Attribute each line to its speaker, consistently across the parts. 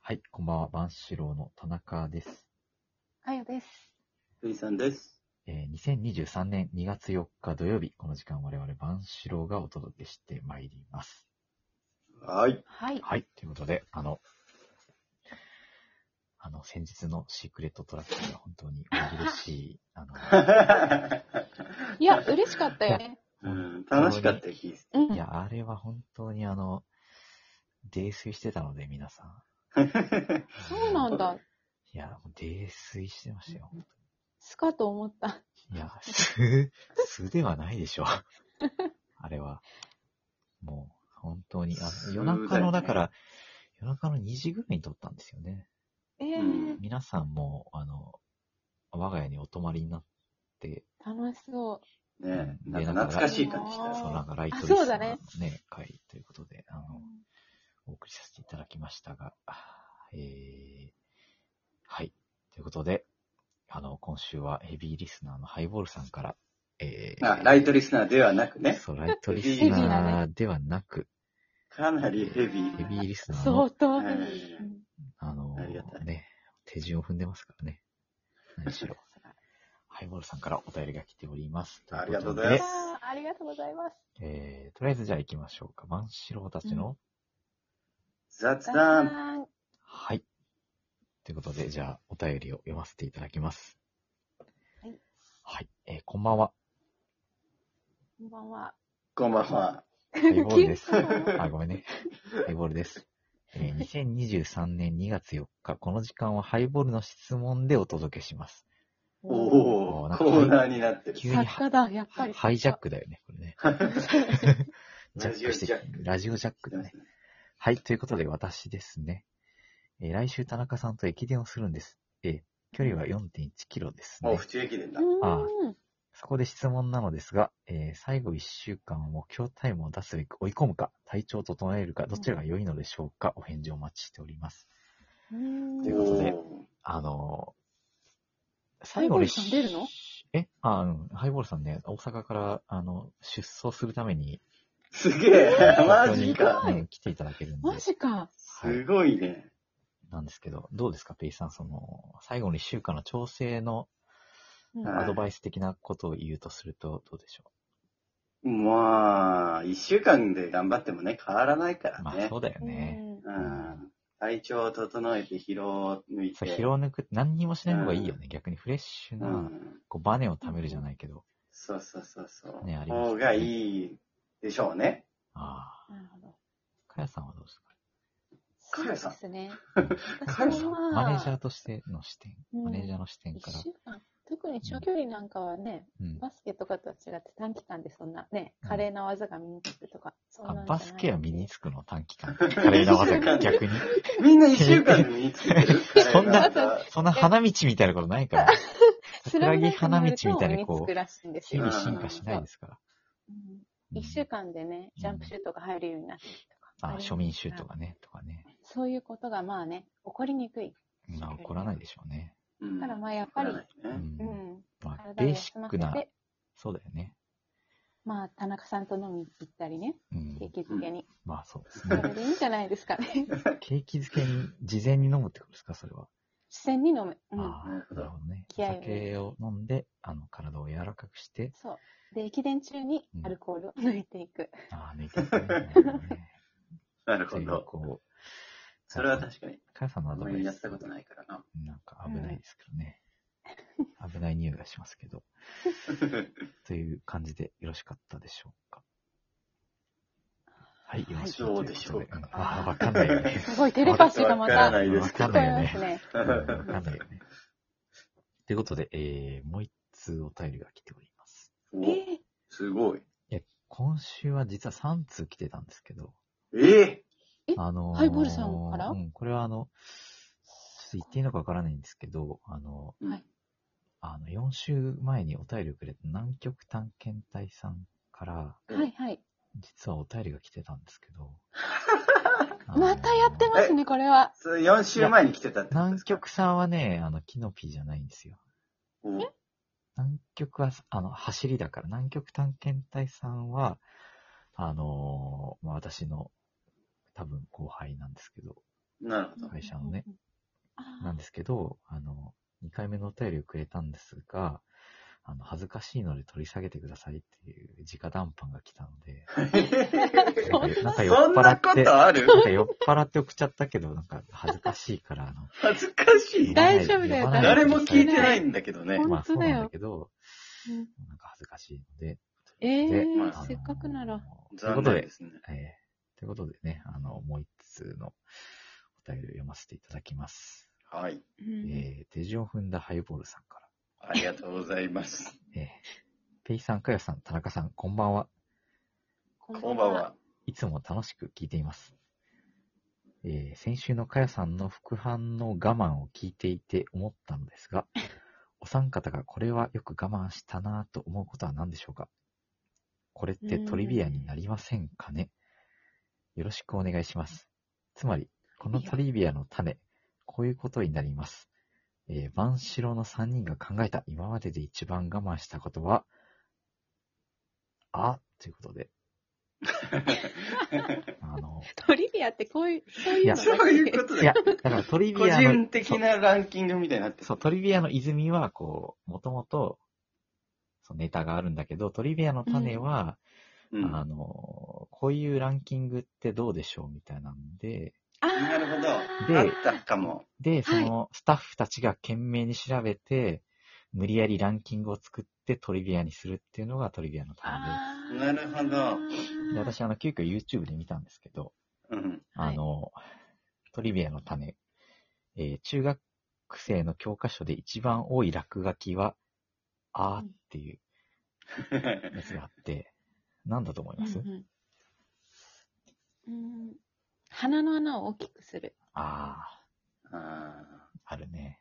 Speaker 1: はい、こんばんは、万志郎の田中です。
Speaker 2: あゆです。
Speaker 3: ゆいさんです。
Speaker 1: えー2023年2月4日土曜日、この時間我々万志郎がお届けしてまいります。
Speaker 3: はい。
Speaker 2: はい。
Speaker 1: はい、ということで、あの、あの、先日のシークレットトラックが本当に嬉しい、 あの、
Speaker 2: いや、嬉しかったよね。
Speaker 3: うん、楽しかったよ、聞いて
Speaker 2: うん。
Speaker 1: いや、あれは本当にあの、泥酔してたので、皆さん。
Speaker 2: そうなんだ。
Speaker 1: いや、もう泥酔してましたよ。
Speaker 2: すかと思った。
Speaker 1: いや、素、素ではないで しょう。あれは。もう、本当に。あの
Speaker 3: 素だよね
Speaker 1: 夜中の、だから、夜中の2時ぐらいに撮ったんですよね。
Speaker 2: ええ
Speaker 3: うん
Speaker 1: 皆さんも、あの、我が家にお泊まりになって、
Speaker 2: 楽しそう。
Speaker 3: ねえ、なんか懐かしい感じだ
Speaker 1: その
Speaker 2: あー
Speaker 1: なんかライトリス
Speaker 2: そう
Speaker 1: ト
Speaker 2: だ
Speaker 1: の
Speaker 2: ね
Speaker 1: ね、会ということで、あの、お送りさせていただきましたが、えー、はい。ということで、あの、今週はヘビーリスナーのハイボールさんから、えー、
Speaker 3: あ、ライトリスナーではなくね、
Speaker 1: そう、ライトリスナーではなく、
Speaker 3: かなりヘビ
Speaker 1: ヘ
Speaker 3: ー。
Speaker 1: ビーリスナー
Speaker 2: 相
Speaker 1: の、
Speaker 2: 当。
Speaker 3: うん
Speaker 2: うん
Speaker 1: あの
Speaker 3: ありがたい
Speaker 1: ね、手順を踏んでますからね。何しろ。ハイボールさんからお便りが来ております。
Speaker 3: ありがとうご
Speaker 1: い
Speaker 3: ざ
Speaker 1: う
Speaker 3: い
Speaker 1: こ
Speaker 3: ま
Speaker 1: で。
Speaker 2: あーありがとうございます。
Speaker 1: えー、とりあえずじゃあ行きましょうか。万四郎たちの、
Speaker 3: 雑談。
Speaker 2: ん。
Speaker 1: はい。ということで、じゃあお便りを読ませていただきます。
Speaker 2: はい。
Speaker 1: はい。えー、こんばんは。
Speaker 2: こんばんは。
Speaker 3: こんばんは。
Speaker 1: ハイボールです。
Speaker 2: 急に
Speaker 1: あ、ごめんね。ハイボールです。 えー2023年2月4日、この時間はハイボールの質問でお届けします。
Speaker 3: お
Speaker 2: お
Speaker 3: おコーナーになってる。
Speaker 1: 急に
Speaker 2: 作家だ、やっぱり。
Speaker 1: ハイジャッ。クだよね、こ れね。ジャックして
Speaker 3: ラジオジャッ、
Speaker 1: ラジオジャックだね。はい、ということで私ですね。えー来週田中さんと駅伝をするんです。えー距離は4.1キロです
Speaker 3: お、
Speaker 1: ね
Speaker 3: 府。中駅伝
Speaker 2: う
Speaker 3: だ。
Speaker 1: あ
Speaker 2: ーん。
Speaker 1: そこで質問なのですが、えー最後1週間は目標タイムを出すべく追い込むか、体調を整えるか、どちらが良いのでしょうか、お返事をお待ちしております。
Speaker 2: うーん
Speaker 1: ということであのー、最後
Speaker 2: ハイボー
Speaker 1: に
Speaker 2: ルさん出るの
Speaker 1: えあ、うん、ハイボールさんね、大阪から、あの、出走するために、
Speaker 3: すげえ、 マ
Speaker 1: 東京
Speaker 3: ジ
Speaker 1: に
Speaker 3: か。
Speaker 1: うん来ていただけるんで
Speaker 2: マ、ジか。
Speaker 3: すごいね。
Speaker 1: なんですけど、どうですか、ペイさん、その、最後に1週間の調整の
Speaker 2: うん
Speaker 3: はい
Speaker 1: アドバイス的なことを言うとすると、どうでしょ
Speaker 3: まあ、一週間で頑張ってもね、変わらないか
Speaker 1: う。
Speaker 3: ら
Speaker 1: まあ、
Speaker 3: ね
Speaker 1: そ。うだよね。
Speaker 3: う
Speaker 1: うん
Speaker 3: ん。体調を整えて疲労を抜い
Speaker 1: そう
Speaker 3: て。
Speaker 1: 疲労抜く、何にもしない方がいいよね。逆にフレッシュ
Speaker 3: う
Speaker 1: な、
Speaker 3: ん。
Speaker 1: こう、バネを貯めるじゃないけど。
Speaker 3: そうそうそうそう。
Speaker 1: ねありましたね
Speaker 3: 方がいいでしょうね。
Speaker 1: あ
Speaker 2: なるほど。
Speaker 1: あ、かやさんはどうです
Speaker 3: カヤさん
Speaker 2: そうですね。
Speaker 1: か
Speaker 3: かやさ
Speaker 2: 私
Speaker 3: ん
Speaker 2: は
Speaker 1: マネージャーとしての視点、
Speaker 2: うん
Speaker 1: マネージャーの視点か
Speaker 2: 一
Speaker 1: ら。
Speaker 2: 週間特に長距離なんかはね、
Speaker 1: うん。
Speaker 2: バスケとかとは違って短期間でそんなね、
Speaker 1: うん
Speaker 2: 華麗な技が身につくとか、そん
Speaker 1: あ
Speaker 2: なんじゃない
Speaker 1: バスケは身につくの短期間。華麗な技が逆に。
Speaker 3: みんな一週間で身につけてる
Speaker 1: そんな
Speaker 3: 彼らが
Speaker 1: そんな花道みたいなことないから。桜木花道みたい
Speaker 2: に
Speaker 1: に
Speaker 2: つ
Speaker 1: こ
Speaker 2: く
Speaker 1: う、
Speaker 2: らしいんです
Speaker 1: 日
Speaker 2: よ
Speaker 1: 々進化しないですから。
Speaker 2: うん
Speaker 1: うん
Speaker 2: 一週間でね、ジャンプシュートが入るようになってるとか。
Speaker 1: あ、
Speaker 2: るんです
Speaker 1: 庶
Speaker 2: が
Speaker 1: 民シュートがね、とかね。
Speaker 2: そういうことがまあね、起こりにくい。
Speaker 1: まあ、怒らないでしょうね。
Speaker 3: うん
Speaker 2: だからまあやっ
Speaker 3: わ
Speaker 2: ぱ
Speaker 3: か
Speaker 2: り
Speaker 3: ら、ないね
Speaker 1: うん
Speaker 2: う。ん、
Speaker 1: まあ、
Speaker 2: 体
Speaker 1: ベ
Speaker 2: を
Speaker 1: ーシ
Speaker 2: 休
Speaker 1: ッ
Speaker 2: ま
Speaker 1: ク
Speaker 2: せ
Speaker 1: な、
Speaker 2: て、
Speaker 1: そうだよね。
Speaker 2: まあ田中さんと飲み行ったりね、
Speaker 1: うん
Speaker 2: 景。気づけに。
Speaker 1: まあ、そうです
Speaker 2: そ
Speaker 1: ね。
Speaker 2: れでいいんじゃないですかね。
Speaker 1: 景気づけに、事前に飲むってことですか、それは。
Speaker 2: 視線に飲む。うん。
Speaker 1: あ
Speaker 3: なる
Speaker 1: あ、
Speaker 3: ほど
Speaker 1: なるほどね。お
Speaker 2: 気合を入れて
Speaker 1: 酒を飲んで、あの、体を柔らかくして、
Speaker 2: そう。で、駅伝中に
Speaker 1: うん
Speaker 2: アルコールを抜いてい く。
Speaker 1: ああ、抜いていくね。なるほどね
Speaker 3: なる
Speaker 1: そ
Speaker 3: ほ
Speaker 1: ういう、
Speaker 3: ど。
Speaker 1: こう、
Speaker 3: それは確かに。
Speaker 1: かやさんの
Speaker 3: あ
Speaker 1: ア
Speaker 3: ん
Speaker 1: ド
Speaker 3: ま
Speaker 1: バイ
Speaker 3: り
Speaker 1: ス。
Speaker 3: やったことないからな。
Speaker 1: なんか危ないですけどね。危ない匂いがしますけど。という感じでよろしかったでしょうか。はい、よろしい
Speaker 3: どうでしょうか
Speaker 1: といことでんああ、わかんないよ ね。
Speaker 2: すごいテレパシーがま
Speaker 3: わか
Speaker 2: た
Speaker 3: らな
Speaker 2: 聞こ
Speaker 3: いです
Speaker 1: わ
Speaker 3: け
Speaker 1: か
Speaker 3: ど
Speaker 1: ん
Speaker 2: え
Speaker 1: ないよ
Speaker 2: ます
Speaker 1: ね。
Speaker 2: ね。
Speaker 1: うんわかんないよね。ということで、えー、もう一通お便りが来ております。
Speaker 3: お
Speaker 2: ええ
Speaker 3: すごい。
Speaker 1: 今週は実は3通来てたんですけど、
Speaker 3: ええ
Speaker 1: あの
Speaker 2: ハイボールさんから
Speaker 1: うん、これはあの、ちょっと言っていいのかわからないんですけど、あの、
Speaker 2: はい
Speaker 1: あの、4週前にお便りをくれた南極探検隊さんから、
Speaker 2: はいはい。
Speaker 1: 実はお便りが来てたんですけ ど。
Speaker 2: またやってますね、これは。
Speaker 3: それ4週前に来てたってことで
Speaker 1: 南
Speaker 3: すか
Speaker 1: 極さんはね、あの、キノピーじゃないんですよ。
Speaker 3: 南
Speaker 1: 南極は、あの、走りだから、南極探検隊さんは、あのーまあ、私の、多分後輩なんですけど、
Speaker 3: うなるほど。
Speaker 1: 会社のね。
Speaker 2: あ
Speaker 1: なんですけど、あの、2回目のお便りをくれたんですが、あの、恥ずかしいので取り下げてくださいっていう直談判が来たので、
Speaker 2: そんな
Speaker 1: なんか酔っ
Speaker 3: そん
Speaker 1: 払
Speaker 3: な
Speaker 1: っ
Speaker 3: こ
Speaker 1: て、
Speaker 3: とある
Speaker 1: なんか酔っ払って送っちゃったけど、なんか恥ずかしいから、あの、
Speaker 3: 恥ずかし
Speaker 1: 言。
Speaker 3: い
Speaker 1: わない
Speaker 2: 大丈夫だよ
Speaker 1: 言わな
Speaker 3: 誰も聞いてないいんだけどね
Speaker 1: で。
Speaker 2: 本
Speaker 1: まあそ
Speaker 2: 当
Speaker 1: う
Speaker 2: だよ
Speaker 1: なんだけど、
Speaker 2: うん
Speaker 1: なんか恥ずかしいので。
Speaker 2: ええ
Speaker 1: で
Speaker 3: まあ
Speaker 2: せっかくなら。
Speaker 1: という
Speaker 3: 残
Speaker 1: こと
Speaker 3: 念
Speaker 1: で
Speaker 3: で、すね。
Speaker 1: えーということでね、あの、もう一通のお便りを読ませていただきます。
Speaker 3: はい。
Speaker 2: うん
Speaker 1: えー、手順を踏んだハイボールさんから。
Speaker 3: ありがとうございます。
Speaker 1: えー、ペイさん、かよさん、田中さん、こんばんは。
Speaker 3: こんばんは。。
Speaker 1: いつも楽しく聞いています。えー先週のかやさんの副反応我慢を聞いていて思ったのですが、お三方がこれはよく我慢したなぁと思うことは何でしょうかこれってトリビアになりませんかねよろしくお願いします。つまり、このトリビアの種、こういうことになります。えー、万四郎の3人が考えた今までで一番我慢したことは、あ、ということで、あの、
Speaker 2: トリビアってこういう、そういうのだっけ
Speaker 3: そういうこと
Speaker 1: い
Speaker 3: だ
Speaker 1: や
Speaker 3: よ。、
Speaker 1: だからトリビ
Speaker 3: 個
Speaker 1: アの、
Speaker 3: 人的なランキングみたいになってる
Speaker 1: そう、トリビアの泉は、こう、もともと、そうネタがあるんだけど、トリビアの種は、
Speaker 3: うん
Speaker 1: あの、こういうランキングってどうでしょうみたいなんで、
Speaker 2: あー
Speaker 3: なるほど。
Speaker 1: で
Speaker 3: あったかも。
Speaker 1: で、そのスタッフたちが懸命に調べて、無理やりランキングを作ってトリビアにするっていうのがトリビアの種
Speaker 2: あー
Speaker 3: なるほど
Speaker 1: で、で私、あの、急遽 YouTube で見たんですけど、
Speaker 3: うん。
Speaker 2: はい
Speaker 1: あの、トリビアの種、えー中学生の教科書で一番多い落書きは、あーっていうやつがあって、なんだと思います、
Speaker 2: うんうんうん鼻の穴を大きくする。
Speaker 1: あ
Speaker 3: あ
Speaker 1: ー、あるね。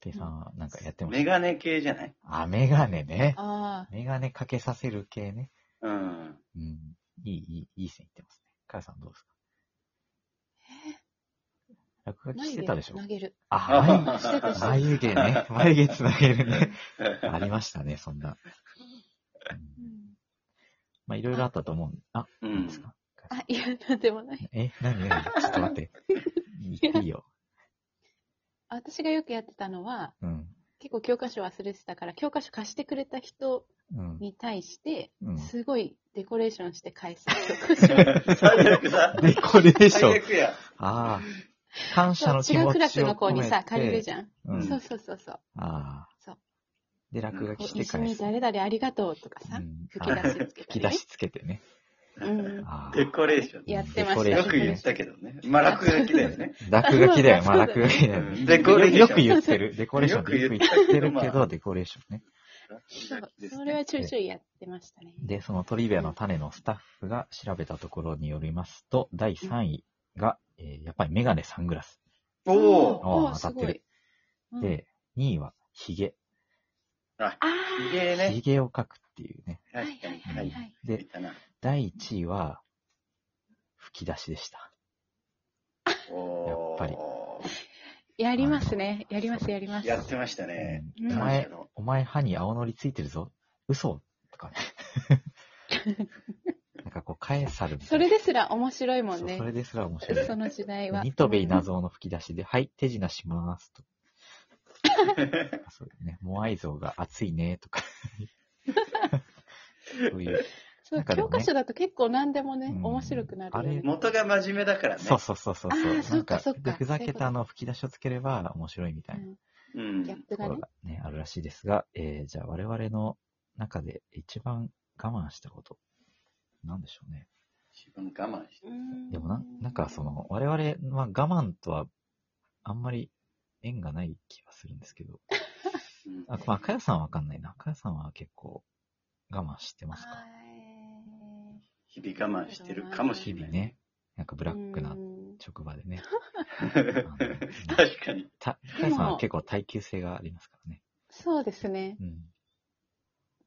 Speaker 1: ペイさんはなんかやって
Speaker 3: ー
Speaker 1: ま
Speaker 3: メ
Speaker 1: した。
Speaker 3: ガネ系じゃない
Speaker 1: あ、メガネね。
Speaker 2: あ
Speaker 1: メガネかけさせる系ね。
Speaker 3: うん。
Speaker 1: うん。いい、いい、いい線いってますね。かやさんどうですか落書
Speaker 2: あ。
Speaker 1: きしてたでしょ
Speaker 2: 投げる。
Speaker 1: あ、
Speaker 2: してたし
Speaker 1: 眉眉毛ね。眉毛つなげるね。ありましたね、そんな。うんまあ、いろいろあったと思うん。あ、
Speaker 3: う
Speaker 1: いいん
Speaker 3: ん
Speaker 1: です。か
Speaker 2: あ、いや、なんでもない。
Speaker 1: え、何何ちょっと待って。いいいいよ。
Speaker 2: 私がよくやってたのは、
Speaker 1: うん。
Speaker 2: 結構教科書忘れてたから、教科書貸してくれた人
Speaker 1: うん。
Speaker 2: に対して、
Speaker 1: うん
Speaker 2: すごいデコレーションし て返す教科書。
Speaker 3: 最悪だ。
Speaker 1: デコレーショ
Speaker 3: 最
Speaker 1: ン。
Speaker 3: 悪や。
Speaker 1: ああ。感謝の気
Speaker 2: 違
Speaker 1: 持
Speaker 2: う
Speaker 1: ちを込
Speaker 2: ク
Speaker 1: め
Speaker 2: ラ
Speaker 1: て。
Speaker 2: スの子にさ、借りるじ
Speaker 1: ゃ
Speaker 2: ゃん。
Speaker 1: ん。うん。
Speaker 2: そ
Speaker 1: あ
Speaker 2: うそうそうそう。
Speaker 1: あ。
Speaker 2: そう。
Speaker 1: で、落書き
Speaker 2: こ
Speaker 1: し
Speaker 2: う
Speaker 1: て
Speaker 2: 一緒に
Speaker 1: 返す。
Speaker 2: 誰々ありがとうとかさ、
Speaker 1: うん
Speaker 2: 吹き出しつけた
Speaker 1: 吹き
Speaker 2: りね
Speaker 1: 出しつけてね。
Speaker 2: うん
Speaker 1: あ
Speaker 3: デコレーション。
Speaker 2: やってました
Speaker 1: デコレーショ
Speaker 3: よ
Speaker 1: ン
Speaker 3: く言ったけどね。まあ、落書きだよね。
Speaker 1: あ。落書きだよ。まあ、
Speaker 2: そうだ
Speaker 1: 落書き だよね。
Speaker 3: デコレーション
Speaker 1: よく言ってる。デコレーションってよく
Speaker 3: よく
Speaker 1: 言
Speaker 3: 言
Speaker 1: っ
Speaker 3: ってて
Speaker 1: る
Speaker 3: る
Speaker 1: け
Speaker 3: け
Speaker 1: ど、
Speaker 3: ど
Speaker 1: デコレーションね。
Speaker 2: そう
Speaker 3: です
Speaker 2: それ
Speaker 3: ね
Speaker 2: はちょいちょいやってましたね。
Speaker 1: で、そのトリビアの種のスタッフが調べたところによりますと、第3位が、えーやっぱりメガネサングラス。
Speaker 3: おお
Speaker 1: おー
Speaker 2: ー
Speaker 1: 当たってる。
Speaker 2: すごい、
Speaker 1: で、2位はヒゲ。
Speaker 2: あ
Speaker 3: ー。ひ
Speaker 2: あ、
Speaker 3: げ
Speaker 1: ヒ
Speaker 3: ね。
Speaker 1: ゲを描くっていうね。
Speaker 2: はい
Speaker 3: 確
Speaker 2: は
Speaker 3: かに
Speaker 2: い。はいはい。
Speaker 3: い
Speaker 1: で、
Speaker 3: たな。
Speaker 1: 第1位は、吹き出しでした。
Speaker 3: お
Speaker 1: やっぱり
Speaker 3: ー。
Speaker 2: やりますね。やります、やります。
Speaker 3: やってましたね。
Speaker 1: うんお
Speaker 2: うん
Speaker 1: 前、お前歯に青のりついてるぞ。嘘とかね。 なんかこう、カエサルみた
Speaker 2: そ
Speaker 1: いな
Speaker 2: れですら面白いもん
Speaker 1: そう
Speaker 2: ね
Speaker 1: そ。れですら面白い
Speaker 2: そ。の時代は。
Speaker 1: ニトベイ謎の吹き出しで、はい、手品しますと。そうね、モアイ像が熱いねとか。そういう。
Speaker 2: そう
Speaker 1: なんかでも
Speaker 2: 教
Speaker 1: ね
Speaker 2: 科書だと結構何でもね、
Speaker 1: うん
Speaker 2: 面白くなるよね。
Speaker 3: 元が真面目だからね。
Speaker 1: そうそうそうそう。
Speaker 2: あー
Speaker 1: なんか
Speaker 2: そっかそっか
Speaker 1: ふざけたあの吹き出しをつければ面白いみたいな。
Speaker 3: う
Speaker 2: うんんギャッ
Speaker 1: と
Speaker 2: プ
Speaker 1: こ
Speaker 2: が
Speaker 1: ろ
Speaker 2: ね。
Speaker 1: がね、あるらしいですが、えーじゃあ我々の中で一番我慢したこと、なんでしょうね。
Speaker 3: 自分我慢して。
Speaker 1: でもな、なんかその、我々は我慢とはあんまり縁がない気がするんですけど、
Speaker 3: うん
Speaker 1: あ、まあ、かやさんはわかんないな。かやさんは結構我慢してますか
Speaker 2: はい
Speaker 3: 日々我慢してるかもし
Speaker 1: 日
Speaker 3: れな
Speaker 1: 々
Speaker 3: い。
Speaker 1: ね、なんかブラックな
Speaker 2: うん
Speaker 1: 職場でね。
Speaker 3: 確
Speaker 1: あの
Speaker 3: かに。
Speaker 1: た、かやさんは結構耐久性がありますからね。
Speaker 2: そうですね。
Speaker 1: うん。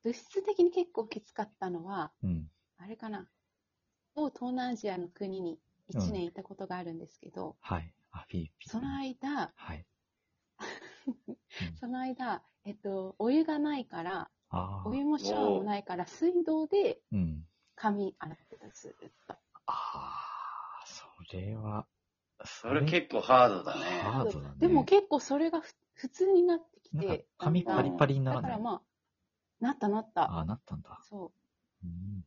Speaker 2: 物質的に結構きつかったのは、
Speaker 1: うん。
Speaker 2: あれかな。某東南アジアの国に1年いたことがあるんですけど、
Speaker 1: はい。あ、フィリピン。
Speaker 2: その間、
Speaker 1: はい。
Speaker 2: その間、えっと、お湯がないから、
Speaker 1: ああ
Speaker 2: お。湯もシャワーもないから、水道で
Speaker 1: うん。
Speaker 2: 髪洗ってた、ずーっと。
Speaker 1: ああ、それは、
Speaker 3: それ結構ハードだね。
Speaker 1: ハードだね。
Speaker 2: でも結構それがふ普通になってき
Speaker 1: なんか
Speaker 2: て、
Speaker 1: 紙
Speaker 2: だん
Speaker 1: パ
Speaker 2: だん
Speaker 1: リパリになら
Speaker 2: だか
Speaker 1: な
Speaker 2: ら
Speaker 1: い。
Speaker 2: まあ、なったなった。
Speaker 1: ああ、なったんだ。
Speaker 2: そ
Speaker 1: うん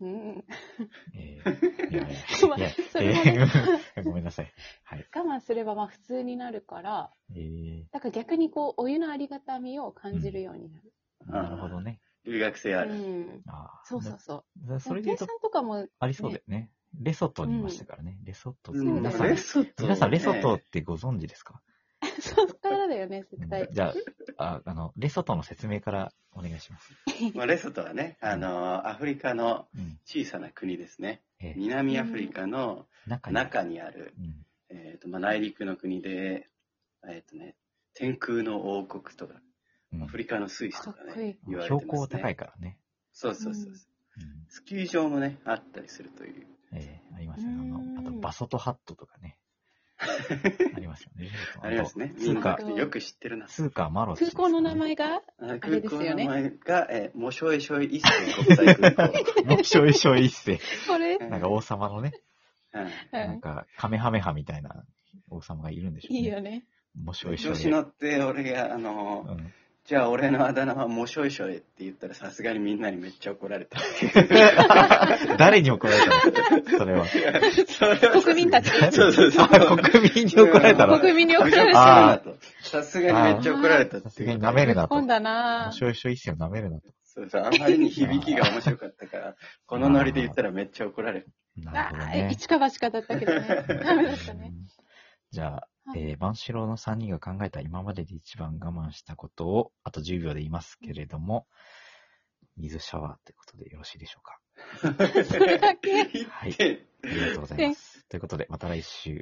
Speaker 2: う。うん。
Speaker 1: えー、いやい
Speaker 2: まあ
Speaker 1: や、い
Speaker 2: そ
Speaker 1: や、
Speaker 2: れはね
Speaker 1: えー ごめんなさい。はい。
Speaker 2: 我慢すればまあ普通になるから、
Speaker 1: えー、
Speaker 2: だから逆にこう、お湯のありがたみを感じるようになる。
Speaker 1: なるほどね。
Speaker 3: 留学生
Speaker 2: う
Speaker 3: あ
Speaker 2: ん。
Speaker 3: る。
Speaker 1: ああ。
Speaker 2: そうそうそう。
Speaker 1: だそれで言う
Speaker 2: 店
Speaker 1: と
Speaker 2: さん、とかも、
Speaker 1: ありそうだよね。レソトにいましたからね。レソト。
Speaker 2: ん
Speaker 1: 皆さ
Speaker 2: レ
Speaker 1: ん、
Speaker 3: ソト
Speaker 1: 皆さん、レソトってご存知ですか
Speaker 2: そうからだよね、絶対。
Speaker 1: じゃあ、ああの、レソトの説明からお願いします。
Speaker 3: まあ、レソトはね、あの、アフリカの
Speaker 1: うん。
Speaker 3: 小さな国ですね。
Speaker 1: えー、
Speaker 3: 南アフリカの
Speaker 1: 中に。
Speaker 3: 中にある、
Speaker 1: うん。
Speaker 3: えっ、と、まあ、内陸の国で、えっ、とね、天空の王国とか、
Speaker 1: うん
Speaker 3: アフリカのスイスとか
Speaker 2: かっこい
Speaker 3: ね
Speaker 2: い、
Speaker 3: 言われてます、
Speaker 1: 標
Speaker 3: ね。
Speaker 1: 高高い。からね。
Speaker 3: そうそうそうそうう。
Speaker 2: ん
Speaker 1: う
Speaker 3: スキー場もね、あったりするという。
Speaker 1: ん。えー、ありますね。あ
Speaker 2: うん
Speaker 1: の、あと、バソトハットとか ね。ありますよね。
Speaker 3: ありますね。
Speaker 1: 通
Speaker 3: 民
Speaker 1: 貨
Speaker 2: う、
Speaker 3: 族ってよく知ってるな。
Speaker 1: 通貨マロチで
Speaker 2: 空
Speaker 1: すかね、
Speaker 2: 港の名前が、
Speaker 3: あの
Speaker 2: あれ
Speaker 3: 空
Speaker 2: です
Speaker 3: 港
Speaker 2: よ
Speaker 3: の
Speaker 2: ね
Speaker 3: 名前が、えー、もしょいしょい一世国際空港。
Speaker 1: もうしょいしょい一 世。
Speaker 2: これ、
Speaker 1: なんか王様のね、
Speaker 3: うん
Speaker 1: なんかカメハメハみたいな王様がいるんでしょう、ね。
Speaker 2: いいよ ね。
Speaker 1: もうしょいしょ
Speaker 3: 調
Speaker 1: い。
Speaker 3: 子乗って、俺が、あの
Speaker 1: う
Speaker 3: ー、
Speaker 1: ん、
Speaker 3: じゃあ俺のあだ名はもしょいしょいって言ったら、さすがにみんなにめっちゃ怒られた。
Speaker 1: 誰に怒られたのそれ は。
Speaker 3: それは
Speaker 2: 国民たち。
Speaker 3: そうそうそう。
Speaker 1: あ国民に怒られたの
Speaker 2: 国民に怒
Speaker 3: めちゃ
Speaker 2: ら
Speaker 3: 怒
Speaker 2: れ
Speaker 1: あ
Speaker 2: た。
Speaker 3: られたと。さすがにめっちゃ怒られたって
Speaker 1: さす
Speaker 3: いう。
Speaker 1: がに舐めるなと。
Speaker 2: 込ん
Speaker 1: も
Speaker 2: だな
Speaker 1: うしょいしょい一世を舐めるなと。
Speaker 3: そうそう。あまりに響きが面白かったから、このノリで言ったらめっちゃ怒られる。
Speaker 1: なるほど
Speaker 2: ああ、
Speaker 1: ね。
Speaker 2: 一か八かだったけどね。ダメだった
Speaker 1: う
Speaker 2: ね。
Speaker 1: んじゃあ、
Speaker 2: はい
Speaker 1: えー、万四郎の3人が考えた今までで一番我慢したことを、あと10秒で言いますけれども、水シャワーということでよろしいでしょうか。
Speaker 2: それだけ。
Speaker 1: はい。
Speaker 3: で
Speaker 1: ありがとうございます。ということで、また来週。